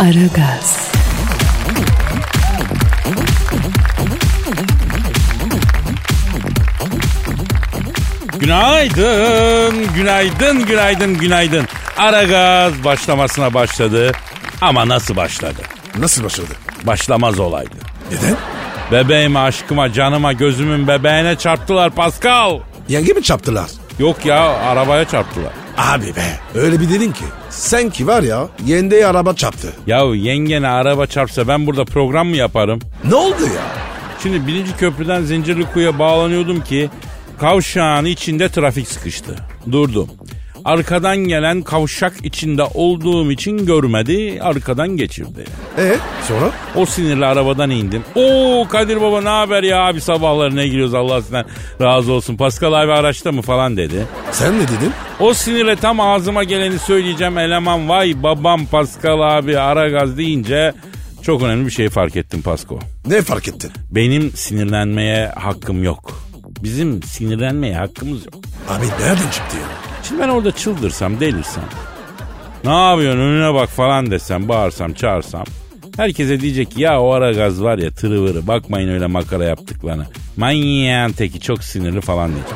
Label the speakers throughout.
Speaker 1: Aragaz,
Speaker 2: Günaydın, günaydın, günaydın, günaydın. Ara gaz başlamasına başladı. Ama nasıl başladı?
Speaker 3: Nasıl başladı?
Speaker 2: Başlamaz olaydı.
Speaker 3: Neden?
Speaker 2: Bebeğime, aşkıma, canıma, gözümün bebeğine çarptılar Pascal.
Speaker 3: Yenge mi çarptılar?
Speaker 2: Yok ya arabaya çarptılar.
Speaker 3: Abi be. Öyle bir dedin ki. Sen ki var ya yendeye araba çarptı.
Speaker 2: Yahu yengene araba çarpsa ben burada program mı yaparım?
Speaker 3: Ne oldu ya?
Speaker 2: Şimdi birinci köprüden Zincirlikuyu'ya bağlanıyordum ki kavşağın içinde trafik sıkıştı. Durdum. Arkadan gelen kavşak içinde olduğum için görmedi, arkadan geçirdi.
Speaker 3: E sonra?
Speaker 2: O sinirle arabadan indim. Oo Kadir baba ne haber ya abi sabahları ne giriyoruz Allah senden razı olsun. Pascal abi araçta mı falan dedi.
Speaker 3: Sen ne dedin?
Speaker 2: O sinirle tam ağzıma geleni söyleyeceğim eleman vay babam Pascal abi ara gaz deyince çok önemli bir şey fark ettim Pasko.
Speaker 3: Ne fark ettin?
Speaker 2: Benim sinirlenmeye hakkım yok. Bizim sinirlenmeye hakkımız yok.
Speaker 3: Abi nereden çıktı ya?
Speaker 2: Şimdi ben orada çıldırsam, delirsem. Ne yapıyorsun önüne bak falan desem, bağırsam, çağırsam. Herkese diyecek ki ya o ara gaz var ya tırıvırı bakmayın öyle makara yaptıklarına. Manyağın teki çok sinirli falan diyecek.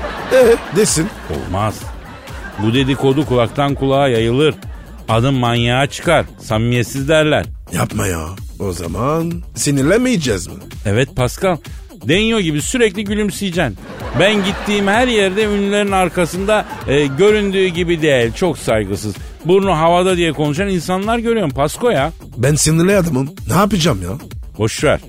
Speaker 3: E desin.
Speaker 2: Olmaz. Bu dedikodu kulaktan kulağa yayılır. Adım manyağa çıkar. Samimiyetsiz derler.
Speaker 3: Yapma ya. O zaman sinirlenmeyeceğiz mi?
Speaker 2: Evet Pascal. Denyo gibi sürekli gülümseyeceksin. Ben gittiğim her yerde ünlülerin arkasında e, göründüğü gibi değil. Çok saygısız. Burnu havada diye konuşan insanlar görüyorum Pasko ya.
Speaker 3: Ben sinirli adamım. Ne yapacağım ya?
Speaker 2: Boşver.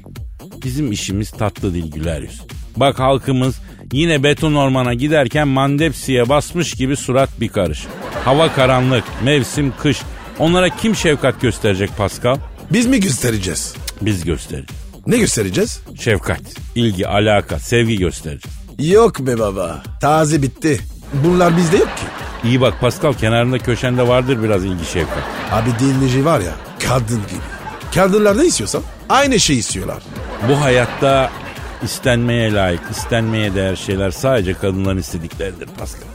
Speaker 2: Bizim işimiz tatlı dil güler yüz. Bak halkımız yine beton ormana giderken mandepsiye basmış gibi surat bir karış. Hava karanlık, mevsim kış. Onlara kim şefkat gösterecek Pascal?
Speaker 3: Biz mi göstereceğiz?
Speaker 2: Biz göstereceğiz.
Speaker 3: Ne göstereceğiz?
Speaker 2: Şefkat, ilgi, alaka, sevgi göstereceğiz.
Speaker 3: Yok be baba. Taze bitti. Bunlar bizde yok ki.
Speaker 2: İyi bak Pascal kenarında köşende vardır biraz ilgi şefkat.
Speaker 3: Abi dinleyici var ya kadın gibi. Kadınlar ne istiyorsa aynı şeyi istiyorlar.
Speaker 2: Bu hayatta istenmeye layık, istenmeye değer şeyler sadece kadınların istedikleridir Pascal.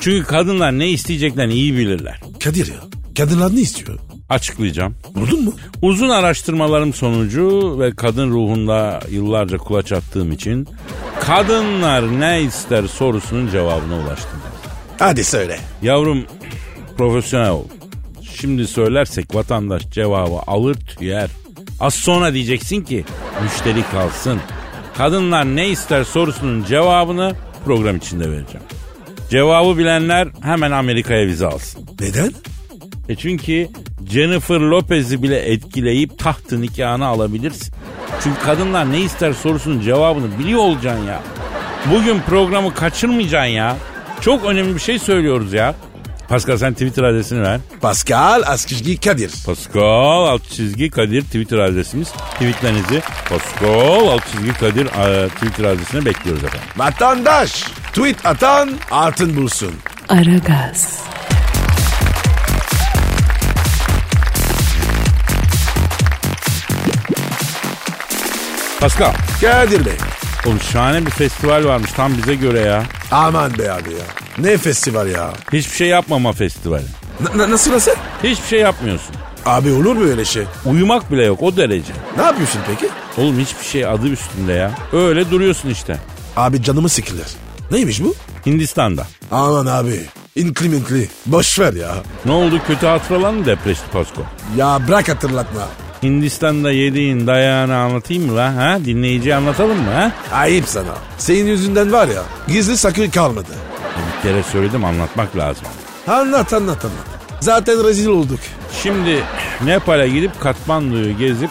Speaker 2: Çünkü kadınlar ne isteyeceklerini iyi bilirler.
Speaker 3: Kadir ya kadınlar ne istiyor?
Speaker 2: Açıklayacağım.
Speaker 3: Buldun mu?
Speaker 2: Uzun araştırmalarım sonucu ve kadın ruhunda yıllarca kulaç attığım için kadınlar ne ister sorusunun cevabına ulaştım.
Speaker 3: Hadi söyle.
Speaker 2: Yavrum profesyonel ol. Şimdi söylersek vatandaş cevabı alır tüyer. Az sonra diyeceksin ki müşteri kalsın. Kadınlar ne ister sorusunun cevabını program içinde vereceğim. Cevabı bilenler hemen Amerika'ya vize alsın.
Speaker 3: Neden?
Speaker 2: E çünkü Jennifer Lopez'i bile etkileyip tahtın nikahını alabilirsin. Çünkü kadınlar ne ister sorusunun cevabını biliyor olacaksın ya. Bugün programı kaçırmayacaksın ya. Çok önemli bir şey söylüyoruz ya. Pascal sen Twitter adresini ver.
Speaker 3: Pascal Askizgi Kadir.
Speaker 2: Pascal alt çizgi Kadir Twitter adresimiz. Tweetlerinizi Pascal alt çizgi Kadir e, Twitter adresine bekliyoruz efendim.
Speaker 3: Vatandaş. Tweet atan altın bulsun.
Speaker 1: Aragaz,
Speaker 2: Pascal.
Speaker 3: Kadir Bey.
Speaker 2: Oğlum şahane bir festival varmış tam bize göre ya.
Speaker 3: Aman be abi ya. Ne festival ya.
Speaker 2: Hiçbir şey yapmama festivali.
Speaker 3: Na- na- nasıl nasıl?
Speaker 2: Hiçbir şey yapmıyorsun.
Speaker 3: Abi olur mu öyle şey?
Speaker 2: Uyumak bile yok o derece.
Speaker 3: Ne yapıyorsun peki?
Speaker 2: Oğlum hiçbir şey adı üstünde ya. Öyle duruyorsun işte.
Speaker 3: Abi canımı sikilir. Neymiş bu?
Speaker 2: Hindistan'da.
Speaker 3: Aman abi. İnkli minkli. Boş ver ya.
Speaker 2: Ne oldu kötü hatıralar mı depreşti Pasko?
Speaker 3: Ya bırak hatırlatma.
Speaker 2: Hindistan'da yediğin dayağını anlatayım mı la? Ha? Dinleyiciye anlatalım mı ha?
Speaker 3: Ayıp sana. Senin yüzünden var ya gizli sakın kalmadı.
Speaker 2: Bir kere söyledim anlatmak lazım.
Speaker 3: Anlat anlat anlat. Zaten rezil olduk.
Speaker 2: Şimdi Nepal'e gidip Katmandu'yu gezip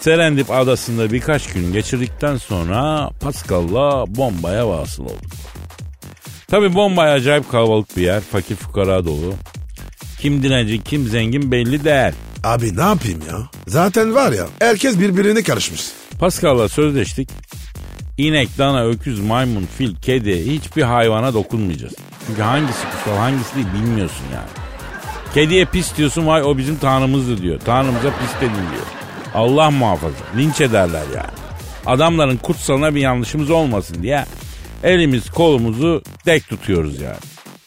Speaker 2: Serendip adasında birkaç gün geçirdikten sonra Pascal'la bombaya vasıl olduk. Tabi Bombay acayip kalabalık bir yer. Fakir fukara dolu. Kim dilenci kim zengin belli değil.
Speaker 3: Abi ne yapayım ya? Zaten var ya herkes birbirine karışmış.
Speaker 2: Pascal'la sözleştik. İnek, dana, öküz, maymun, fil, kedi hiçbir hayvana dokunmayacağız. Çünkü hangisi kutsal hangisi değil bilmiyorsun yani. Kediye pis diyorsun vay o bizim tanrımızdı diyor. Tanrımıza pis dedin diyor. Allah muhafaza linç ederler yani. Adamların kutsalına bir yanlışımız olmasın diye elimiz kolumuzu dek tutuyoruz yani.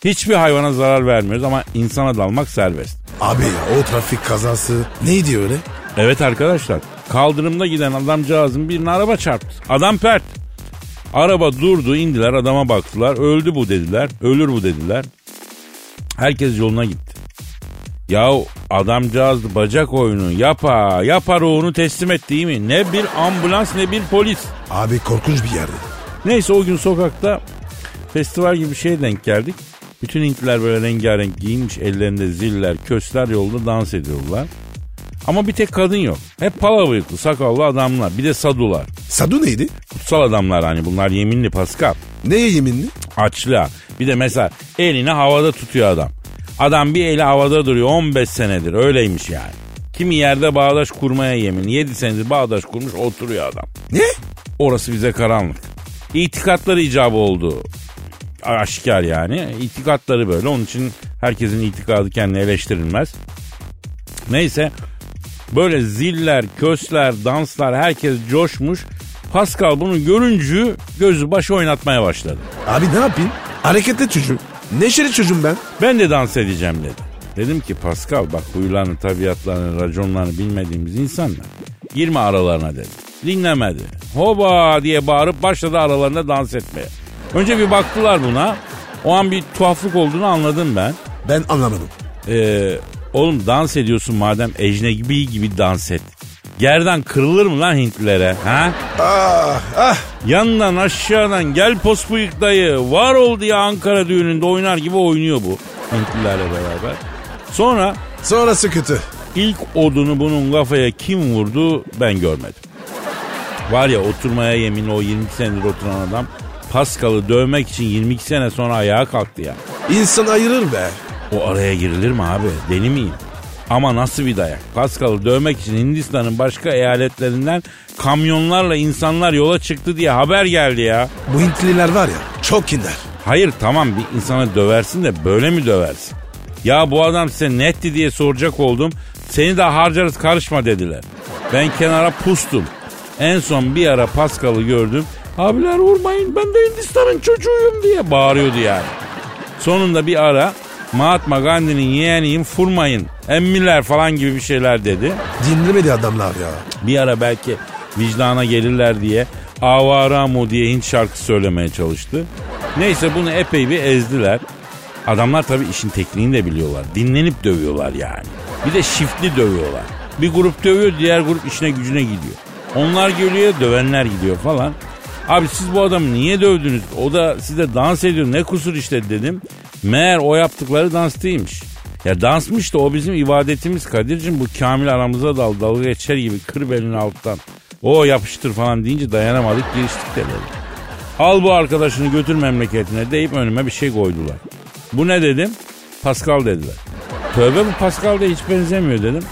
Speaker 2: Hiçbir hayvana zarar vermiyoruz ama insana dalmak serbest.
Speaker 3: Abi ya o trafik kazası neydi öyle?
Speaker 2: Evet arkadaşlar. Kaldırımda giden adamcağızın birine araba çarptı. Adam pert. Araba durdu indiler adama baktılar. Öldü bu dediler. Ölür bu dediler. Herkes yoluna gitti. Yahu adamcağız bacak oyunu yapa yapa ruhunu teslim etti değil mi? Ne bir ambulans ne bir polis.
Speaker 3: Abi korkunç bir yerdi.
Speaker 2: Neyse o gün sokakta festival gibi bir şeye denk geldik. Bütün Hintliler böyle rengarenk giyinmiş ellerinde ziller, kösler yolda dans ediyorlar. Ama bir tek kadın yok. Hep pala bıyıklı, sakallı adamlar. Bir de sadular.
Speaker 3: Sadu neydi?
Speaker 2: Kutsal adamlar hani bunlar yeminli Pascal.
Speaker 3: Neye yeminli?
Speaker 2: Açlığa. Bir de mesela elini havada tutuyor adam. Adam bir eli havada duruyor 15 senedir öyleymiş yani. Kimi yerde bağdaş kurmaya yemin. 7 senedir bağdaş kurmuş oturuyor adam.
Speaker 3: Ne?
Speaker 2: Orası bize karanlık. İtikatları icabı oldu. Aşikar yani. İtikatları böyle. Onun için herkesin itikadı kendine eleştirilmez. Neyse. Böyle ziller, kösler, danslar herkes coşmuş. Pascal bunu görünce gözü başı oynatmaya başladı.
Speaker 3: Abi ne yapayım? Hareketli çocuğum. Neşeli çocuğum ben.
Speaker 2: Ben de dans edeceğim dedi. Dedim ki Pascal bak huylarını, tabiatlarını, raconlarını bilmediğimiz insanlar. Girme aralarına dedi. Dinlemedi. Hoba diye bağırıp başladı aralarında dans etmeye. Önce bir baktılar buna. O an bir tuhaflık olduğunu anladım ben.
Speaker 3: Ben anlamadım.
Speaker 2: Ee, oğlum dans ediyorsun madem ecnebi gibi dans et. Gerdan kırılır mı lan Hintlilere? Ha?
Speaker 3: Ah ah.
Speaker 2: Yandan aşağıdan gel pos bıyık dayı var ol diye Ankara düğününde oynar gibi oynuyor bu Hintlilerle beraber. Sonra
Speaker 3: Sonrası kötü.
Speaker 2: ilk odunu bunun kafaya kim vurdu ben görmedim. Var ya oturmaya yemin o 22 senedir oturan adam Paskal'ı dövmek için 22 sene sonra ayağa kalktı ya.
Speaker 3: İnsan ayırır be.
Speaker 2: O araya girilir mi abi? Deli miyim? Ama nasıl bir dayak? Paskal'ı dövmek için Hindistan'ın başka eyaletlerinden kamyonlarla insanlar yola çıktı diye haber geldi ya.
Speaker 3: Bu Hintliler var ya çok kinder.
Speaker 2: Hayır tamam bir insana döversin de böyle mi döversin? Ya bu adam size netti diye soracak oldum. Seni de harcarız karışma dediler. Ben kenara pustum. En son bir ara Paskal'ı gördüm. Abiler vurmayın ben de Hindistan'ın çocuğuyum diye bağırıyordu yani. Sonunda bir ara Mahatma Gandhi'nin yeğeniyim furmayın emmiler falan gibi bir şeyler dedi.
Speaker 3: Dinlemedi adamlar ya.
Speaker 2: Bir ara belki vicdana gelirler diye Avara mu diye Hint şarkısı söylemeye çalıştı. Neyse bunu epey bir ezdiler. Adamlar tabii işin tekniğini de biliyorlar. Dinlenip dövüyorlar yani. Bir de şiftli dövüyorlar. Bir grup dövüyor diğer grup işine gücüne gidiyor. Onlar geliyor dövenler gidiyor falan. Abi siz bu adamı niye dövdünüz? O da size dans ediyor ne kusur işte dedim. Meğer o yaptıkları dans değilmiş. Ya dansmış da o bizim ibadetimiz Kadir'cim bu Kamil aramıza dal dalga geçer gibi kır belini alttan. O yapıştır falan deyince dayanamadık giriştik dedi. Al bu arkadaşını götür memleketine deyip önüme bir şey koydular. Bu ne dedim? Pascal dediler. Tövbe bu Pascal da hiç benzemiyor dedim.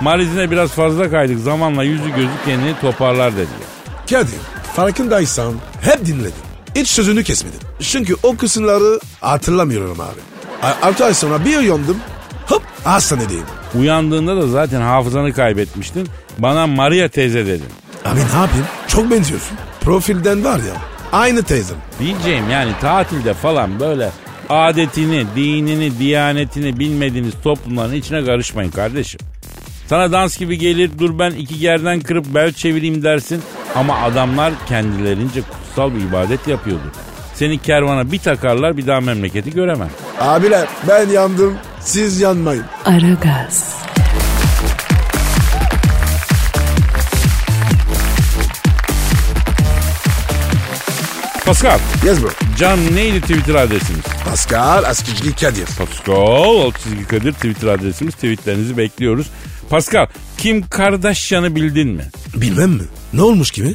Speaker 2: Marizine biraz fazla kaydık. Zamanla yüzü gözü kendini toparlar dediler.
Speaker 3: Kadir farkındaysan hep dinledim. Hiç sözünü kesmedim. Çünkü o kısımları hatırlamıyorum abi. A- Altı ay sonra bir uyandım. Hop hastanedeyim.
Speaker 2: Uyandığında da zaten hafızanı kaybetmiştin. Bana Maria teyze dedin.
Speaker 3: Abi ne yapayım? Çok benziyorsun. Profilden var ya. Aynı teyzem.
Speaker 2: Diyeceğim yani tatilde falan böyle adetini, dinini, diyanetini bilmediğiniz toplumların içine karışmayın kardeşim. Sana dans gibi gelir dur ben iki gerden kırıp bel çevireyim dersin ama adamlar kendilerince kutsal bir ibadet yapıyordu. Seni kervana bir takarlar bir daha memleketi göremem.
Speaker 3: Abiler ben yandım. Siz yanmayın.
Speaker 1: Aragaz,
Speaker 2: Pascal,
Speaker 3: Yes bro.
Speaker 2: can neydi Twitter adresimiz?
Speaker 3: Pascal Askizgi Kadir.
Speaker 2: Pascal alt çizgi Kadir Twitter adresimiz. Tweetlerinizi bekliyoruz. Pascal, Kim Kardashian'ı bildin mi?
Speaker 3: Bilmem mi? Ne olmuş kimi?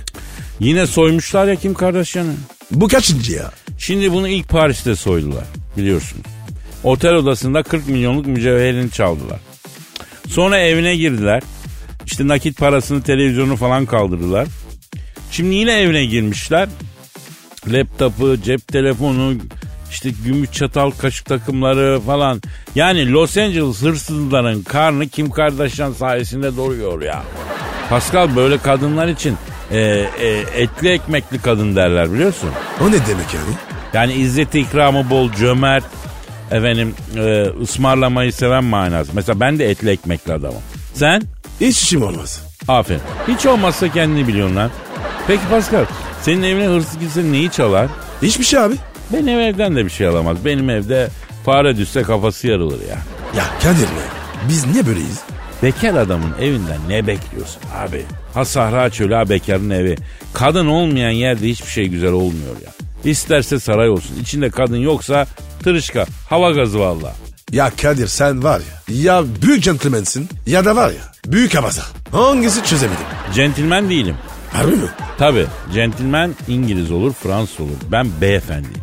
Speaker 2: Yine soymuşlar ya Kim Kardashian'ı.
Speaker 3: Bu kaçıncı ya?
Speaker 2: Şimdi bunu ilk Paris'te soydular biliyorsun. Otel odasında 40 milyonluk mücevherini çaldılar. Sonra evine girdiler. İşte nakit parasını televizyonu falan kaldırdılar. Şimdi yine evine girmişler. Laptopu, cep telefonu, işte gümüş çatal kaşık takımları falan. Yani Los Angeles hırsızların karnı Kim Kardashian sayesinde doruyor ya. Pascal böyle kadınlar için e, e, etli ekmekli kadın derler biliyorsun.
Speaker 3: O ne demek yani?
Speaker 2: Yani izzeti ikramı bol, cömert, efendim e, ısmarlamayı seven manası. Mesela ben de etli ekmekli adamım. Sen?
Speaker 3: Hiç işim olmaz.
Speaker 2: Aferin. Hiç olmazsa kendini biliyorsun lan. Peki Pascal, senin evine hırsız girse neyi çalar?
Speaker 3: Hiçbir şey abi.
Speaker 2: Benim evden de bir şey alamaz. Benim evde fare düşse kafası yarılır ya.
Speaker 3: Ya Kadir ya. Biz niye böyleyiz?
Speaker 2: Bekar adamın evinden ne bekliyorsun abi? Ha Sahra Çölü ha bekarın evi. Kadın olmayan yerde hiçbir şey güzel olmuyor ya. İsterse saray olsun. İçinde kadın yoksa tırışka, hava gazı valla.
Speaker 3: Ya Kadir sen var ya. Ya büyük centilmensin ya da var ya. Büyük abaza. Hangisi çözemedim.
Speaker 2: Centilmen değilim.
Speaker 3: Harbi mi?
Speaker 2: Tabi centilmen İngiliz olur, Fransız olur. Ben beyefendiyim.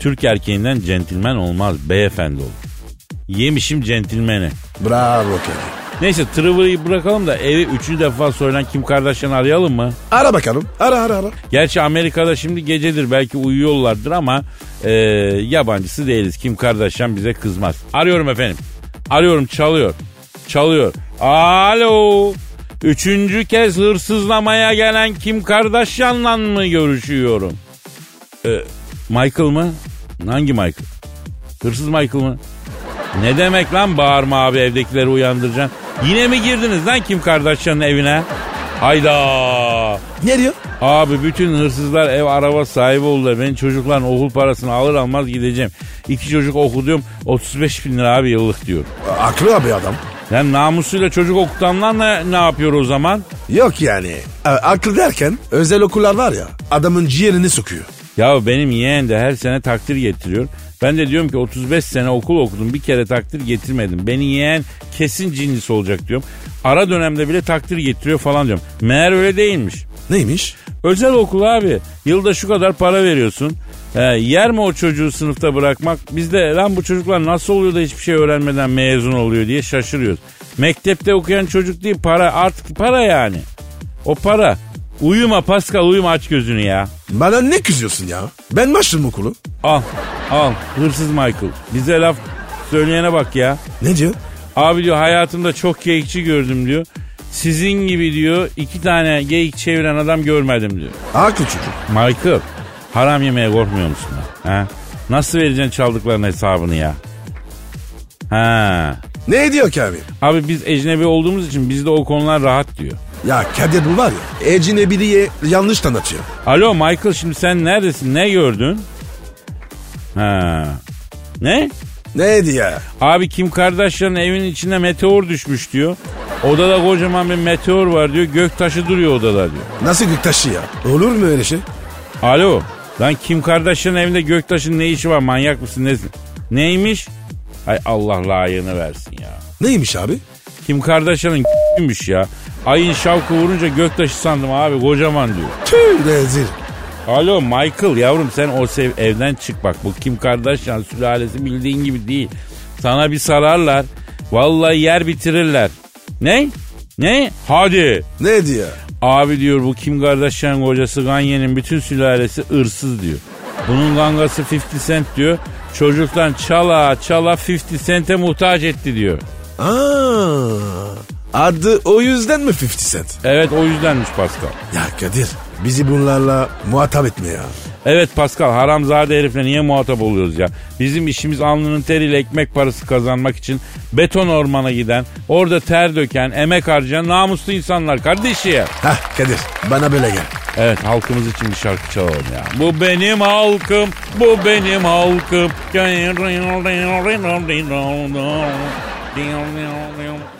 Speaker 2: Türk erkeğinden centilmen olmaz, beyefendi olur. Yemişim centilmeni.
Speaker 3: Bravo Kadir.
Speaker 2: Neyse Trevor'ı bırakalım da evi üçüncü defa soyulan Kim Kardashian'ı arayalım mı?
Speaker 3: Ara bakalım. Ara ara ara.
Speaker 2: Gerçi Amerika'da şimdi gecedir belki uyuyorlardır ama e, yabancısı değiliz. Kim Kardashian bize kızmaz. Arıyorum efendim. Arıyorum çalıyor. Çalıyor. Alo. Üçüncü kez hırsızlamaya gelen Kim Kardashian'la mı görüşüyorum? E, Michael mı? Hangi Michael? Hırsız Michael mı? Ne demek lan bağırma abi evdekileri uyandıracaksın. Yine mi girdiniz lan Kim Kardashian'ın evine? Hayda.
Speaker 3: Ne diyor?
Speaker 2: Abi bütün hırsızlar ev araba sahibi oldular. Ben çocukların okul parasını alır almaz gideceğim. İki çocuk okuduğum 35 bin lira abi yıllık diyor.
Speaker 3: A- Aklı abi adam.
Speaker 2: Yani namusuyla çocuk okutanlar ne, ne yapıyor o zaman?
Speaker 3: Yok yani. A- aklı derken özel okullar var ya. Adamın ciğerini sokuyor.
Speaker 2: Ya benim yeğen de her sene takdir getiriyor. Ben de diyorum ki 35 sene okul okudum bir kere takdir getirmedim. Beni yeğen kesin cinlisi olacak diyorum. Ara dönemde bile takdir getiriyor falan diyorum. Meğer öyle değilmiş.
Speaker 3: Neymiş?
Speaker 2: Özel okul abi. Yılda şu kadar para veriyorsun. He, yer mi o çocuğu sınıfta bırakmak? Biz de lan bu çocuklar nasıl oluyor da hiçbir şey öğrenmeden mezun oluyor diye şaşırıyoruz. Mektepte okuyan çocuk değil para artık para yani. O para. Uyuma Pascal uyuma aç gözünü ya.
Speaker 3: Bana ne kızıyorsun ya? Ben başladım okulu.
Speaker 2: Al al hırsız Michael. Bize laf söyleyene bak ya.
Speaker 3: Ne diyor?
Speaker 2: Abi diyor hayatımda çok geyikçi gördüm diyor. Sizin gibi diyor iki tane geyik çeviren adam görmedim diyor.
Speaker 3: Aklı çocuk.
Speaker 2: Michael haram yemeye korkmuyor musun? lan? Ha? Nasıl vereceksin çaldıkların hesabını ya? Ha.
Speaker 3: Ne diyor ki abi?
Speaker 2: Abi biz ecnebi olduğumuz için bizde o konular rahat diyor.
Speaker 3: Ya Kadir bu var ya. Ecnebi diye yanlış tanıtıyor.
Speaker 2: Alo Michael şimdi sen neredesin? Ne gördün? Ha. Ne?
Speaker 3: Neydi ya?
Speaker 2: Abi Kim Kardashian'ın evinin içine meteor düşmüş diyor. Odada kocaman bir meteor var diyor. Gök taşı duruyor odada diyor.
Speaker 3: Nasıl göktaşı ya? Olur mu öyle şey?
Speaker 2: Alo. Lan Kim Kardashian'ın evinde Göktaş'ın ne işi var? Manyak mısın nesin? Neymiş? Hay Allah layığını versin ya.
Speaker 3: Neymiş abi?
Speaker 2: Kim Kardashian'ın gümüş ya. Ayın şavkı vurunca Göktaş'ı sandım abi kocaman diyor.
Speaker 3: Tüh rezil.
Speaker 2: Alo Michael yavrum sen o sev- evden çık bak. Bu Kim Kardashian sülalesi bildiğin gibi değil. Sana bir sararlar. Vallahi yer bitirirler. Ne? Ne? Hadi.
Speaker 3: Ne diyor?
Speaker 2: Abi diyor bu Kim Kardashian kocası Ganye'nin bütün sülalesi ırsız diyor. Bunun gangası 50 cent diyor. Çocuktan çala çala 50 cent'e muhtaç etti diyor.
Speaker 3: Aa, adı o yüzden mi 50 Cent?
Speaker 2: Evet o yüzdenmiş Pascal.
Speaker 3: Ya Kadir bizi bunlarla muhatap etme ya.
Speaker 2: Evet Pascal haramzade herifle niye muhatap oluyoruz ya? Bizim işimiz alnının teriyle ekmek parası kazanmak için beton ormana giden, orada ter döken, emek harcayan namuslu insanlar kardeşi.
Speaker 3: Hah Kadir bana böyle gel.
Speaker 2: Evet halkımız için bir şarkı çalalım ya. Bu benim halkım, bu benim halkım.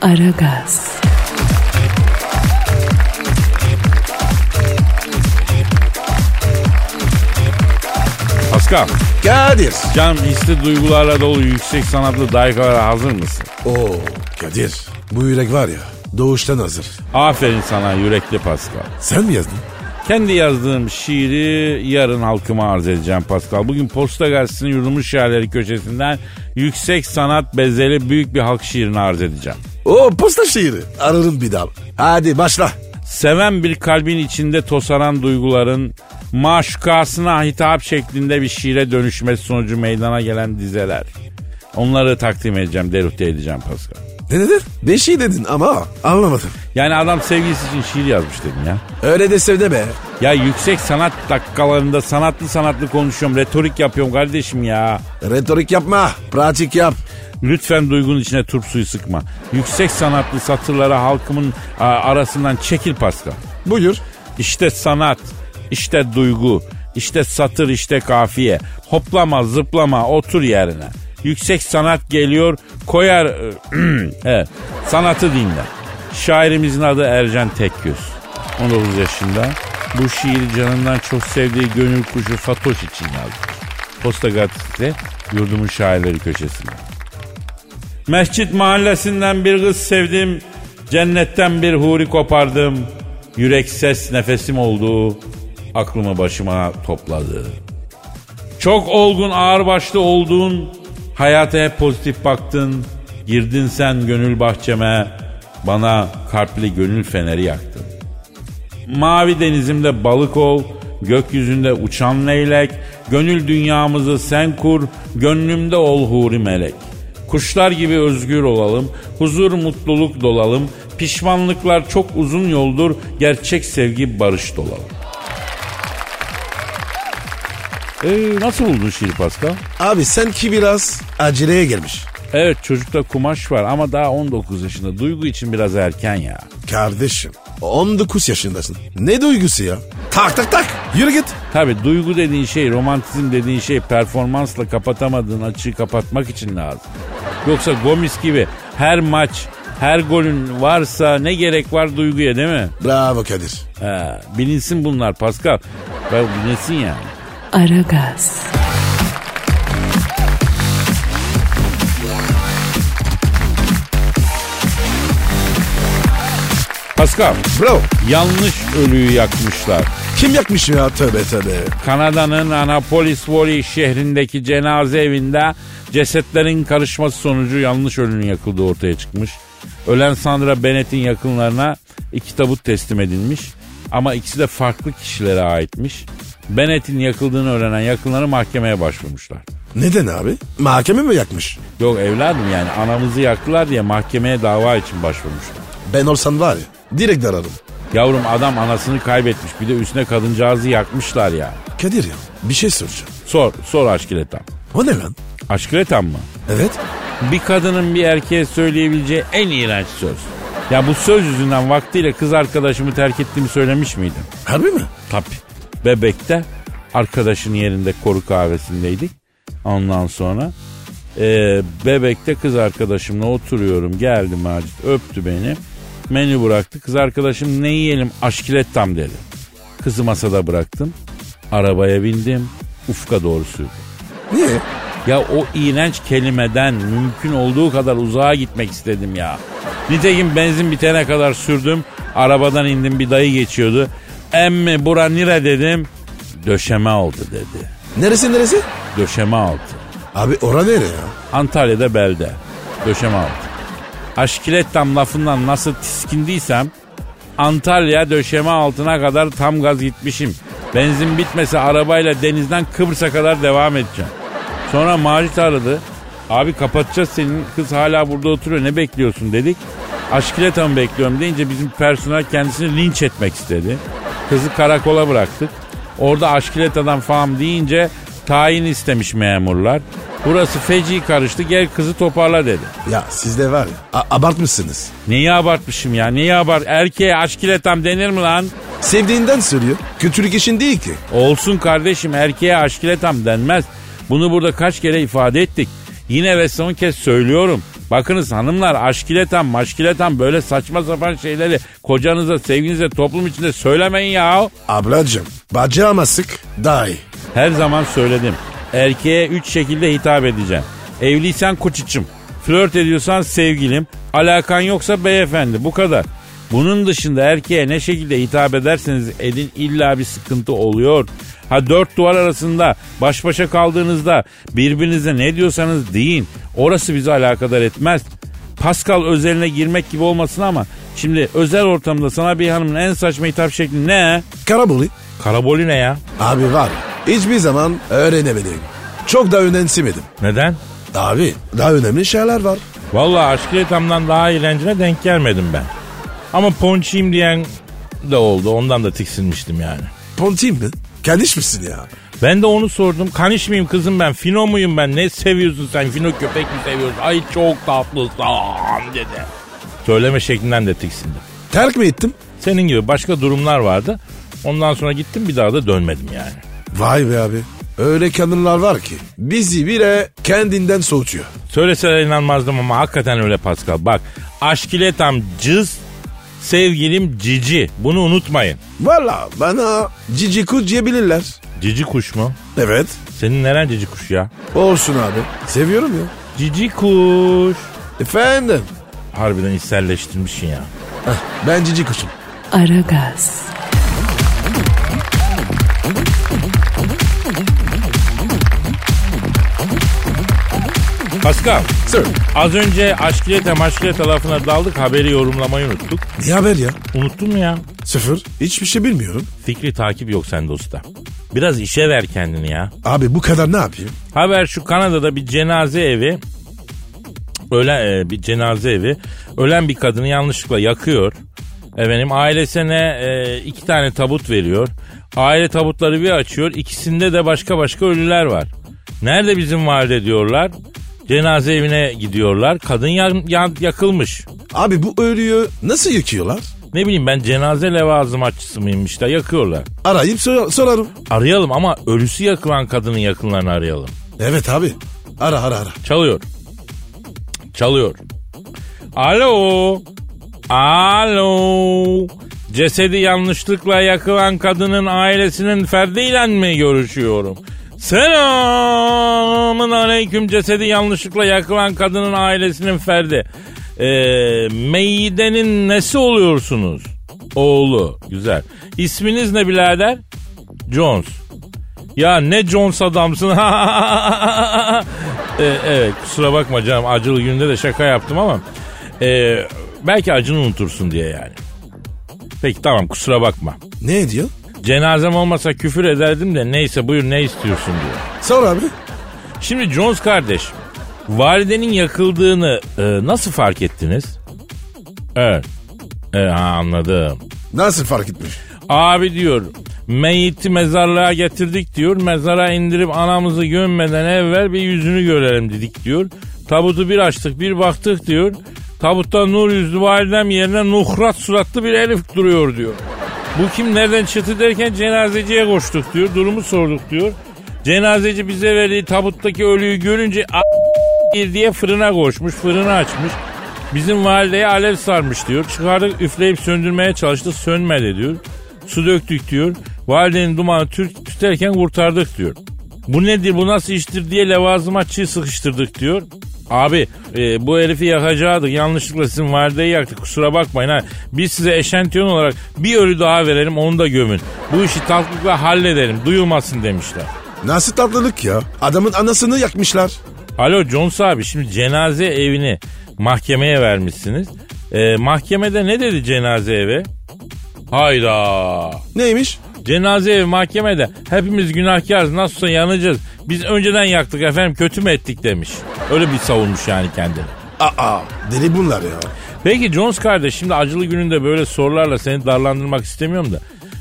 Speaker 1: Aragaz,
Speaker 2: Pascal,
Speaker 3: Kadir.
Speaker 2: can hisli duygularla dolu yüksek sanatlı dayakalara hazır mısın?
Speaker 3: Oo Kadir bu yürek var ya doğuştan hazır.
Speaker 2: Aferin sana yürekli Pascal.
Speaker 3: Sen mi yazdın?
Speaker 2: Kendi yazdığım şiiri yarın halkıma arz edeceğim Pascal. Bugün Posta Gazetesi'nin yurulmuş şairleri köşesinden yüksek sanat bezeli büyük bir halk şiirini arz edeceğim.
Speaker 3: O posta şiiri. Ararım bir daha. Hadi başla.
Speaker 2: Seven bir kalbin içinde tosaran duyguların maşukasına hitap şeklinde bir şiire dönüşmesi sonucu meydana gelen dizeler. Onları takdim edeceğim, deruhte edeceğim Pascal.
Speaker 3: Ne dedin? Ne şey dedin ama anlamadım.
Speaker 2: Yani adam sevgilisi için şiir yazmış dedim ya.
Speaker 3: Öyle de sevde be.
Speaker 2: Ya yüksek sanat dakikalarında sanatlı sanatlı konuşuyorum, retorik yapıyorum kardeşim ya.
Speaker 3: Retorik yapma. Pratik yap.
Speaker 2: Lütfen duygunun içine turp suyu sıkma. Yüksek sanatlı satırlara halkımın a, arasından çekil Pascal.
Speaker 3: Buyur.
Speaker 2: İşte sanat, işte duygu, işte satır, işte kafiye. Hoplama, zıplama, otur yerine. Yüksek sanat geliyor, koyar evet, sanatı dinle. Şairimizin adı Ercan Tekgöz. 19 yaşında. Bu şiiri canından çok sevdiği gönül kuşu Fatoş için yazdı. Posta Gazetesi yurdumun şairleri köşesinde. Mescit mahallesinden bir kız sevdim. Cennetten bir huri kopardım. Yürek ses nefesim oldu. Aklımı başıma topladı. Çok olgun ağırbaşlı oldun. Hayata hep pozitif baktın. Girdin sen gönül bahçeme. Bana kalpli gönül feneri yaktın. Mavi denizimde balık ol. Gökyüzünde uçan leylek. Gönül dünyamızı sen kur. Gönlümde ol huri melek. Kuşlar gibi özgür olalım, huzur mutluluk dolalım, pişmanlıklar çok uzun yoldur, gerçek sevgi barış dolalım. Ee, nasıl buldun şiir Pascal?
Speaker 3: Abi sanki biraz aceleye gelmiş.
Speaker 2: Evet çocukta kumaş var ama daha 19 yaşında. Duygu için biraz erken ya.
Speaker 3: Kardeşim 19 yaşındasın. Ne duygusu ya? Tak tak tak yürü git.
Speaker 2: Tabi duygu dediğin şey, romantizm dediğin şey performansla kapatamadığın açığı kapatmak için lazım. Yoksa Gomis gibi her maç, her golün varsa ne gerek var duyguya değil mi?
Speaker 3: Bravo Kadir.
Speaker 2: He, bilinsin bunlar Pascal. Ben bilinsin yani.
Speaker 1: Aragaz.
Speaker 2: Pascal,
Speaker 3: Bravo.
Speaker 2: yanlış ölüyü yakmışlar.
Speaker 3: Kim yakmış ya tövbe tövbe.
Speaker 2: Kanada'nın Annapolis Valley şehrindeki cenaze evinde cesetlerin karışması sonucu yanlış ölünün yakıldığı ortaya çıkmış. Ölen Sandra Bennett'in yakınlarına iki tabut teslim edilmiş ama ikisi de farklı kişilere aitmiş. Bennett'in yakıldığını öğrenen yakınları mahkemeye başvurmuşlar.
Speaker 3: Neden abi? Mahkeme mi yakmış?
Speaker 2: Yok evladım yani anamızı yaktılar diye mahkemeye dava için başvurmuşlar.
Speaker 3: Ben olsam var ya direkt ararım.
Speaker 2: Yavrum adam anasını kaybetmiş bir de üstüne kadıncağızı yakmışlar ya.
Speaker 3: Kadir ya bir şey soracağım.
Speaker 2: Sor, sor aşk iletam.
Speaker 3: O ne lan?
Speaker 2: Aşk iletam mı?
Speaker 3: Evet.
Speaker 2: Bir kadının bir erkeğe söyleyebileceği en iğrenç söz. Ya bu söz yüzünden vaktiyle kız arkadaşımı terk ettiğimi söylemiş miydim?
Speaker 3: Harbi mi?
Speaker 2: Tabii. Bebek'te arkadaşın yerinde koru kahvesindeydik. Ondan sonra e, Bebek'te kız arkadaşımla oturuyorum. Geldi Macit öptü beni. Menü bıraktı. Kız arkadaşım ne yiyelim aşkilet tam dedi. Kızı masada bıraktım. Arabaya bindim. Ufka doğru sürdüm.
Speaker 3: Niye?
Speaker 2: Ya o iğrenç kelimeden mümkün olduğu kadar uzağa gitmek istedim ya. Nitekim benzin bitene kadar sürdüm. Arabadan indim bir dayı geçiyordu. Emmi bura nire dedim. Döşeme oldu dedi.
Speaker 3: Neresi neresi?
Speaker 2: Döşeme altı.
Speaker 3: Abi ora nere ya?
Speaker 2: Antalya'da belde. Döşeme altı. Aşkilet tam lafından nasıl tiskindiysem Antalya döşeme altına kadar tam gaz gitmişim. Benzin bitmese arabayla denizden Kıbrıs'a kadar devam edeceğim. Sonra Macit aradı. Abi kapatacağız senin kız hala burada oturuyor ne bekliyorsun dedik. Aşkilet Hanım bekliyorum deyince bizim personel kendisini linç etmek istedi. Kızı karakola bıraktık. Orada aşkilet adam falan deyince tayin istemiş memurlar. Burası feci karıştı gel kızı toparla dedi.
Speaker 3: Ya sizde var ya a- abartmışsınız.
Speaker 2: Neyi abartmışım ya neyi abart erkeğe aşkilet ham denir mi lan?
Speaker 3: Sevdiğinden söylüyor. Kötülük için değil ki.
Speaker 2: Olsun kardeşim erkeğe aşkilet ham denmez. Bunu burada kaç kere ifade ettik. Yine ve son kez söylüyorum. Bakınız hanımlar aşkilet ham maşkilet ham böyle saçma sapan şeyleri kocanıza sevginize toplum içinde söylemeyin ya.
Speaker 3: Ablacım bacağıma sık daha iyi.
Speaker 2: Her zaman söyledim. Erkeğe üç şekilde hitap edeceğim. Evliysen koçiçim. Flört ediyorsan sevgilim. Alakan yoksa beyefendi. Bu kadar.
Speaker 4: Bunun dışında erkeğe ne şekilde hitap ederseniz edin illa bir sıkıntı oluyor. Ha dört duvar arasında baş başa kaldığınızda birbirinize ne diyorsanız deyin. Orası bizi alakadar etmez. Pascal özeline girmek gibi olmasın ama şimdi özel ortamda sana bir hanımın en saçma hitap şekli ne?
Speaker 3: Karaboli.
Speaker 4: Karaboli ne ya?
Speaker 3: Abi var. ya, Hiçbir zaman öğrenemedim. Çok da önemsemedim.
Speaker 2: Neden?
Speaker 3: Abi daha önemli şeyler var.
Speaker 2: Vallahi aşkı etamdan daha eğlencene denk gelmedim ben. Ama ponçiyim diyen de oldu. Ondan da tiksinmiştim yani.
Speaker 3: Pontim mi? Kendiş misin ya?
Speaker 2: Ben de onu sordum. Kaniş miyim kızım ben? Fino muyum ben? Ne seviyorsun sen? Fino köpek mi seviyorsun? Ay çok tatlısın dedi. Söyleme şeklinden de tiksindim.
Speaker 3: Terk mi ettim?
Speaker 2: Senin gibi başka durumlar vardı. Ondan sonra gittim bir daha da dönmedim yani.
Speaker 3: Vay be abi. Öyle kadınlar var ki bizi bile kendinden soğutuyor.
Speaker 2: Söyleseler inanmazdım ama hakikaten öyle Pascal. Bak aşkiletam cız, sevgilim cici. Bunu unutmayın.
Speaker 3: Valla bana cici kuş diyebilirler.
Speaker 2: Cici kuş mu?
Speaker 3: Evet.
Speaker 2: Senin neren cici kuş ya?
Speaker 3: Olsun abi. Seviyorum ya.
Speaker 2: Cici kuş.
Speaker 3: Efendim.
Speaker 2: Harbiden içselleştirmişsin ya.
Speaker 3: Heh, ben cici kuşum.
Speaker 1: Aragaz,
Speaker 2: Pascal
Speaker 3: Sir.
Speaker 2: az önce aşkilete maşkilete lafına daldık haberi yorumlamayı unuttuk.
Speaker 3: Ne haber ya?
Speaker 2: Unuttun mu ya?
Speaker 3: Sıfır. Hiçbir şey bilmiyorum.
Speaker 2: Fikri takip yok sende usta. Biraz işe ver kendini ya.
Speaker 3: Abi bu kadar ne yapayım?
Speaker 2: Haber şu Kanada'da bir cenaze evi ölen e, bir cenaze evi ölen bir kadını yanlışlıkla yakıyor. Efendim ailesine e, iki tane tabut veriyor. Aile tabutları bir açıyor. İkisinde de başka başka ölüler var. Nerede bizim valide diyorlar. Cenaze evine gidiyorlar. Kadın yan- yan- yakılmış.
Speaker 3: Abi bu ölüyü nasıl yıkıyorlar?
Speaker 2: Ne bileyim ben cenaze levazım açısı mıyım işte yakıyorlar.
Speaker 3: Arayıp sor- sorarım.
Speaker 2: Arayalım ama ölüsü yakılan kadının yakınlarını arayalım.
Speaker 3: Evet abi. Ara ara ara.
Speaker 2: Çalıyor. Çalıyor. Alo. Alo. Cesedi yanlışlıkla yakılan kadının ailesinin ferdiyle mi görüşüyorum? Selamın aleyküm cesedi yanlışlıkla yakılan kadının ailesinin ferdi. Ee, meydenin nesi oluyorsunuz? Oğlu. Güzel. İsminiz ne birader? Jones. Ya ne Jones adamsın. E, evet kusura bakma canım acılı günde de şaka yaptım ama e, belki acını unutursun diye yani. Peki tamam kusura bakma.
Speaker 3: Ne diyor?
Speaker 2: Cenazem olmasa küfür ederdim de neyse buyur ne istiyorsun diyor.
Speaker 3: Sor abi.
Speaker 2: Şimdi Jones kardeş validenin yakıldığını e, nasıl fark ettiniz? Evet. E, ha, anladım.
Speaker 3: Nasıl fark etmiş?
Speaker 2: Abi diyor meyiti mezarlığa getirdik diyor. Mezara indirip anamızı gömmeden evvel bir yüzünü görelim dedik diyor. Tabutu bir açtık bir baktık diyor. Tabutta nur yüzlü validem yerine nuhrat suratlı bir elif duruyor diyor. Bu kim nereden çıktı derken cenazeciye koştuk diyor. Durumu sorduk diyor. Cenazeci bize verdiği tabuttaki ölüyü görünce "A- diye fırına koşmuş fırını açmış. Bizim valideye alev sarmış diyor. Çıkardık üfleyip söndürmeye çalıştı. Sönmedi diyor. Su döktük diyor. Validenin dumanı tür- tüterken kurtardık diyor. Bu nedir bu nasıl iştir diye levazımatçıyı sıkıştırdık diyor. Abi e, bu herifi yakacaktık. Yanlışlıkla sizin valideyi yaktık. Kusura bakmayın ha. Biz size eşantiyon olarak bir ölü daha verelim onu da gömün. Bu işi tatlıkla halledelim. Duyulmasın demişler.
Speaker 3: Nasıl tatlılık ya? Adamın anasını yakmışlar.
Speaker 2: Alo Jones abi şimdi cenaze evini mahkemeye vermişsiniz. Ee, mahkemede ne dedi cenaze evi? Hayda.
Speaker 3: Neymiş?
Speaker 2: Cenaze evi mahkemede hepimiz günahkarız nasılsa yanacağız. Biz önceden yaktık efendim kötü mü ettik demiş. Öyle bir savunmuş yani kendini.
Speaker 3: Aa deli bunlar ya.
Speaker 2: Peki Jones kardeş şimdi acılı gününde böyle sorularla seni darlandırmak istemiyorum da.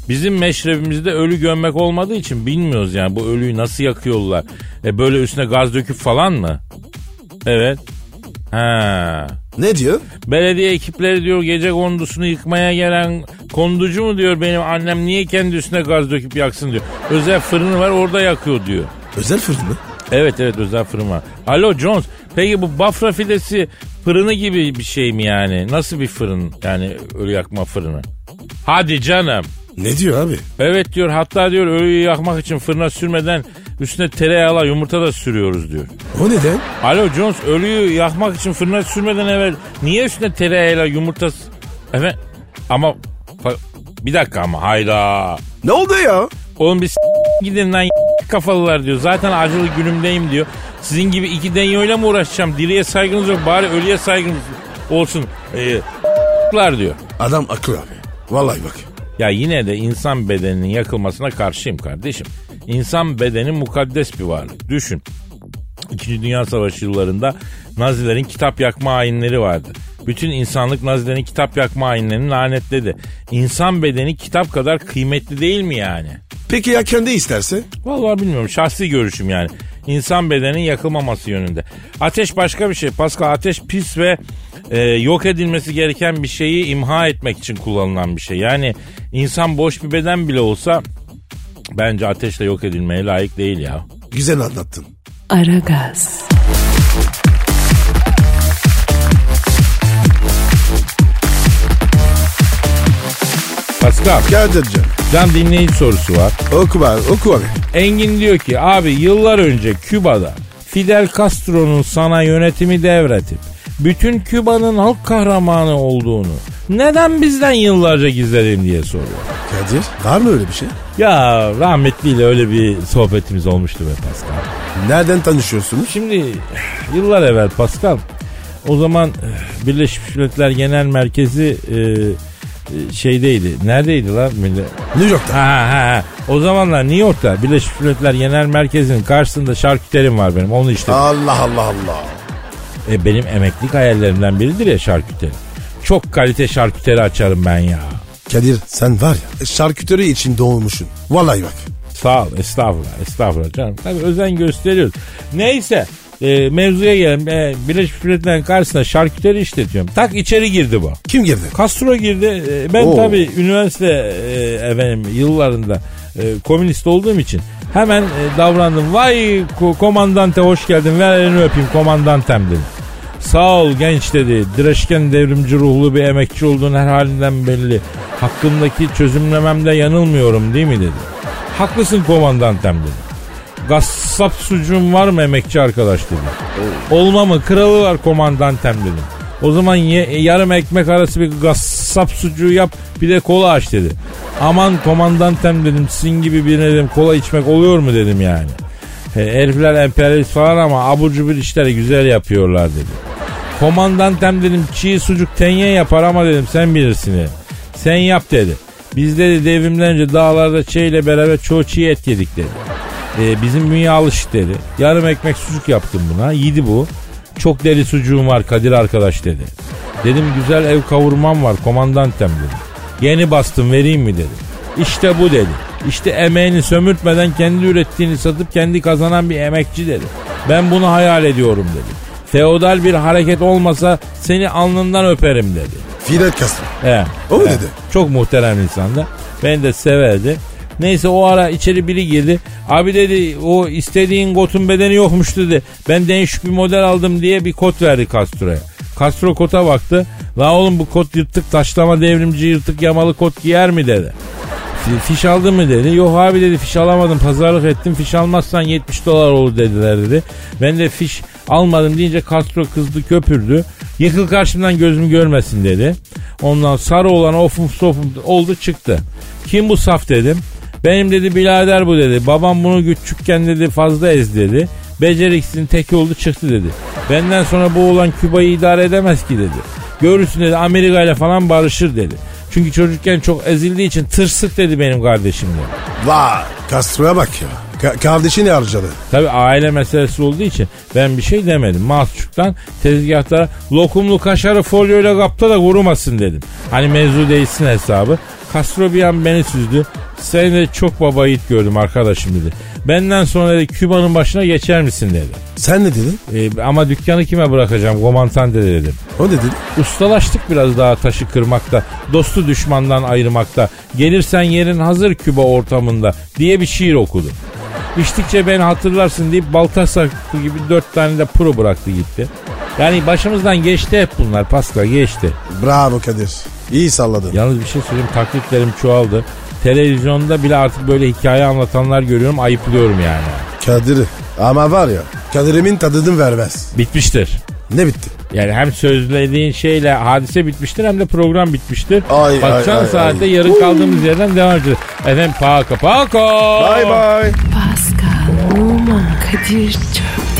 Speaker 2: Bizim meşrebimizde ölü gömmek olmadığı için bilmiyoruz yani bu ölüyü nasıl yakıyorlar. E böyle üstüne gaz döküp falan mı? Evet. Ha.
Speaker 3: Ne diyor?
Speaker 2: Belediye ekipleri diyor gece kondusunu yıkmaya gelen konducu mu diyor benim annem niye kendi üstüne gaz döküp yaksın diyor. Özel fırını var orada yakıyor diyor.
Speaker 3: Özel fırın mı?
Speaker 2: Evet evet özel fırın var. Alo Jones peki bu bafra fidesi fırını gibi bir şey mi yani? Nasıl bir fırın yani ölü yakma fırını? Hadi canım.
Speaker 3: Ne diyor abi?
Speaker 2: Evet diyor hatta diyor ölüyü yakmak için fırına sürmeden üstüne tereyağla yumurta da sürüyoruz diyor.
Speaker 3: O neden?
Speaker 2: Alo Jones ölüyü yakmak için fırına sürmeden evvel niye üstüne tereyağıyla yumurta... s- Efendim Ama fa- bir dakika ama hayda.
Speaker 3: Ne oldu ya?
Speaker 2: Oğlum bir s- gidin lan kafalılar diyor. Zaten acılı günümdeyim diyor. Sizin gibi iki denyoyla mı uğraşacağım? Diriye saygınız yok bari ölüye saygınız olsun. Ee, lar diyor.
Speaker 3: Adam akıl abi. Vallahi bak.
Speaker 2: Ya yine de insan bedeninin yakılmasına karşıyım kardeşim. İnsan bedeni mukaddes bir varlık. Düşün. İkinci Dünya Savaşı yıllarında Nazilerin kitap yakma ayinleri vardı. Bütün insanlık Nazilerin kitap yakma ayinlerini lanetledi. İnsan bedeni kitap kadar kıymetli değil mi yani?
Speaker 3: Peki ya kendi isterse?
Speaker 2: Vallahi bilmiyorum şahsi görüşüm yani. İnsan bedeninin yakılmaması yönünde. Ateş başka bir şey. Pascal ateş pis ve e, yok edilmesi gereken bir şeyi imha etmek için kullanılan bir şey. Yani insan boş bir beden bile olsa bence ateşle yok edilmeye layık değil ya.
Speaker 3: Güzel anlattın.
Speaker 1: Aragaz,
Speaker 2: Pascal,
Speaker 3: Kadir Can.
Speaker 2: can dinleyici sorusu var.
Speaker 3: Oku bari oku abi.
Speaker 2: Engin diyor ki abi yıllar önce Küba'da Fidel Castro'nun sana yönetimi devretip bütün Küba'nın halk kahramanı olduğunu neden bizden yıllarca gizledin diye soruyor.
Speaker 3: Kadir var mı öyle bir şey?
Speaker 2: Ya rahmetliyle öyle bir sohbetimiz olmuştu be Pascal.
Speaker 3: Nereden tanışıyorsunuz?
Speaker 2: Şimdi yıllar evvel Pascal o zaman eh, Birleşmiş Milletler Genel Merkezi eh, eh, şeydeydi. Neredeydi lan? Mille-
Speaker 3: New York'ta.
Speaker 2: Ha, ha, ha. O zamanlar New York'ta Birleşmiş Milletler Genel Merkezi'nin karşısında şarküterim var benim. Onu işte.
Speaker 3: Allah Allah Allah.
Speaker 2: E, benim emeklilik hayallerimden biridir ya şarküteri. Çok kalite şarküteri açarım ben ya.
Speaker 3: Kadir sen var ya şarküteri için doğmuşsun. Vallahi bak.
Speaker 2: Sağ ol estağfurullah estağfurullah canım. Tabii özen gösteriyoruz. Neyse e, mevzuya gelelim. E, Birleşmiş Milletler'in karşısında şarküteri işletiyorum. Tak içeri girdi bu.
Speaker 3: Kim girdi?
Speaker 2: Castro girdi. E, Ben
Speaker 3: Oo.
Speaker 2: tabii üniversite e, efendim yıllarında e, komünist olduğum için hemen e, davrandım. Vay ko- komandante hoş geldin. Ver elini öpeyim komandantem dedim. Sağ ol genç dedi. Direşken devrimci ruhlu bir emekçi olduğun her halinden belli. Hakkındaki çözümlememde yanılmıyorum değil mi dedi. Haklısın komandantem dedi. Gassap sucuğun var mı emekçi arkadaş dedi. Olma mı kralı var komandantem dedim. O zaman ye- yarım ekmek arası bir gassap sucuğu yap bir de kola aç dedi. Aman komandantem dedim sizin gibi birine dedim kola içmek oluyor mu dedim yani. E, herifler emperyalist falan ama abur cubur işleri güzel yapıyorlar dedi. Komandantem dedim çiğ sucuk tenye yapar ama dedim sen bilirsin dedim. Sen yap dedi. Biz dedi devrimden önce dağlarda çiğle beraber çoğu çiğ et yedik dedi. E, bizim dünya alışık dedi. Yarım ekmek sucuk yaptım buna. Yedi bu. Çok deli sucuğum var Kadir arkadaş dedi. Dedim güzel ev kavurmam var komandantem dedi. Yeni bastım vereyim mi dedi. İşte bu dedi. İşte emeğini sömürtmeden kendi ürettiğini satıp kendi kazanan bir emekçi dedi. Ben bunu hayal ediyorum dedi. Feodal bir hareket olmasa seni alnından öperim dedi.
Speaker 3: Fidel Castro.
Speaker 2: He.
Speaker 3: O mu
Speaker 2: He.
Speaker 3: dedi?
Speaker 2: Çok muhterem insandı. Beni de severdi. Neyse o ara içeri biri girdi. Abi dedi o istediğin kotun bedeni yokmuş dedi. Ben değişik bir model aldım diye bir kot verdi Castro'ya. Castro kota baktı. La oğlum bu kot yırtık taşlama devrimci yırtık yamalı kot giyer mi dedi. Fi- Fiş aldın mı dedi. Yok abi dedi fiş alamadım pazarlık ettim. Fiş almazsan 70 dolar olur dediler dedi. Ben de fiş almadım deyince Castro kızdı köpürdü. Yıkıl karşımdan gözüm görmesin dedi. Ondan sarı olan ofum sofum oldu çıktı. Kim bu saf dedim. Benim dedi birader bu dedi. Babam bunu küçükken dedi fazla ez dedi. Beceriksizin teki oldu çıktı dedi. Benden sonra bu oğlan Küba'yı idare edemez ki dedi. Görürsün dedi Amerika ile falan barışır dedi. Çünkü çocukken çok ezildiği için tırsık dedi benim kardeşim dedi.
Speaker 3: Vay. Castro'ya bak ya. Ka- kardeşini harcadı.
Speaker 2: Tabi aile meselesi olduğu için ben bir şey demedim. Mahsuç'tan tezgahtara lokumlu kaşarı folyoyla kapta da kurumasın dedim. Hani mevzu değilsin hesabı. Castro bir an beni süzdü. Seni de çok baba yiğit gördüm arkadaşım dedi. Benden sonra dedi Küba'nın başına geçer misin dedi.
Speaker 3: Sen ne dedin?
Speaker 2: E, ama dükkanı kime bırakacağım komantante de dedim.
Speaker 3: O ne dedi?
Speaker 2: Ustalaştık biraz daha taşı kırmakta, dostu düşmandan ayırmakta, gelirsen yerin hazır Küba ortamında diye bir şiir okudu. İçtikçe beni hatırlarsın deyip Baltasar gibi dört tane de pro bıraktı gitti. Yani başımızdan geçti hep bunlar Pascal geçti.
Speaker 3: Bravo Kadir. İyi salladın.
Speaker 2: Yalnız bir şey söyleyeyim taklitlerim çoğaldı. Televizyonda bile artık böyle hikaye anlatanlar görüyorum ayıplıyorum yani.
Speaker 3: Kadir. Ama var ya. Kadir'imin tadını vermez.
Speaker 2: Bitmiştir.
Speaker 3: Ne bitti?
Speaker 2: Yani hem sözlediğin şeyle hadise bitmiştir hem de program bitmiştir.
Speaker 3: Ay,
Speaker 2: Baksan
Speaker 3: ay, ay,
Speaker 2: saatte yarın kaldığımız yerden devam edeceğiz. Efendim paka paka.
Speaker 3: Bye bye.
Speaker 1: Pascal, Oman, Kadir çok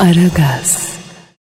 Speaker 1: Aragaz.